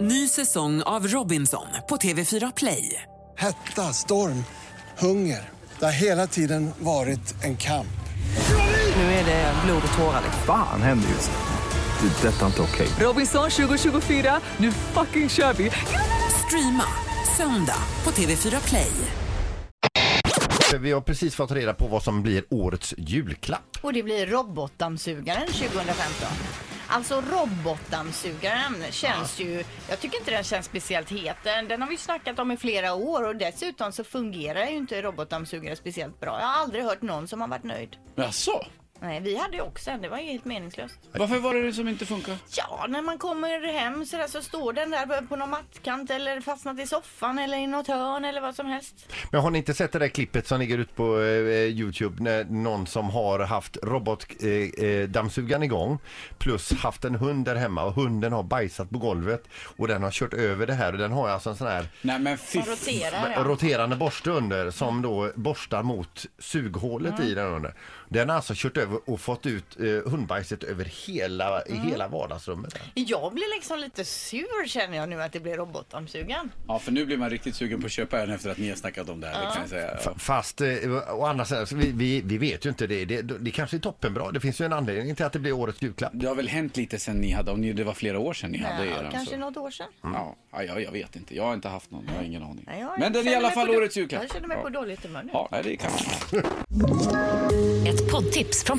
Ny säsong av Robinson på TV4 Play. Hetta, storm, hunger. Det har hela tiden varit en kamp. Nu är det blod och tårar. liksom. Fan händer just nu. Det. är Detta är inte okej. Robinson 2024, nu fucking kör vi! Streama söndag på TV4 Play. Vi har precis fått reda på vad som blir årets julklapp. Och det blir robotdammsugaren 2015. Alltså robotdammsugaren känns ju, jag tycker inte den känns speciellt het. Den, den har vi ju snackat om i flera år och dessutom så fungerar ju inte robotdammsugare speciellt bra. Jag har aldrig hört någon som har varit nöjd. Jaså? Nej, vi hade ju också en, det var ju helt meningslöst. Varför var det det som inte funkar? Ja, när man kommer hem så, där, så står den där på någon mattkant eller fastnat i soffan eller i något hörn eller vad som helst. Men har ni inte sett det där klippet som ligger ute på eh, Youtube när någon som har haft robotdammsugaren eh, eh, dammsugaren igång plus haft en hund där hemma och hunden har bajsat på golvet och den har kört över det här och den har alltså en sån här Nej men fy... Man roterar ja. roterande borste under som då borstar mot sughålet Mm. i den under. Den har alltså kört över och fått ut eh, hundbajset över hela, Mm. i hela vardagsrummet. där. Jag blir liksom lite sur känner jag nu att det blir robotdammsugaren. Ja för nu blir man riktigt sugen på att köpa en efter att ni har snackat om det här. Det kan jag säga. F- Fast eh, å andra sidan, så vi, vi, vi vet ju inte det. Det, det kanske är toppenbra. Det finns ju en anledning till att det blir årets julklapp. Det har väl hänt lite sen ni hade, om ni, det var flera år sedan ni hade er. Ja, alltså. kanske något år sedan. Ja, ja, jag, jag vet inte. Jag har inte haft någon, jag har ingen aning. Nej, jag men den är i känner alla mig fall på då- årets julklapp. Jag känner mig på ja. dåligt humör nu. Ja, nej, det kan man. Ett poddtips från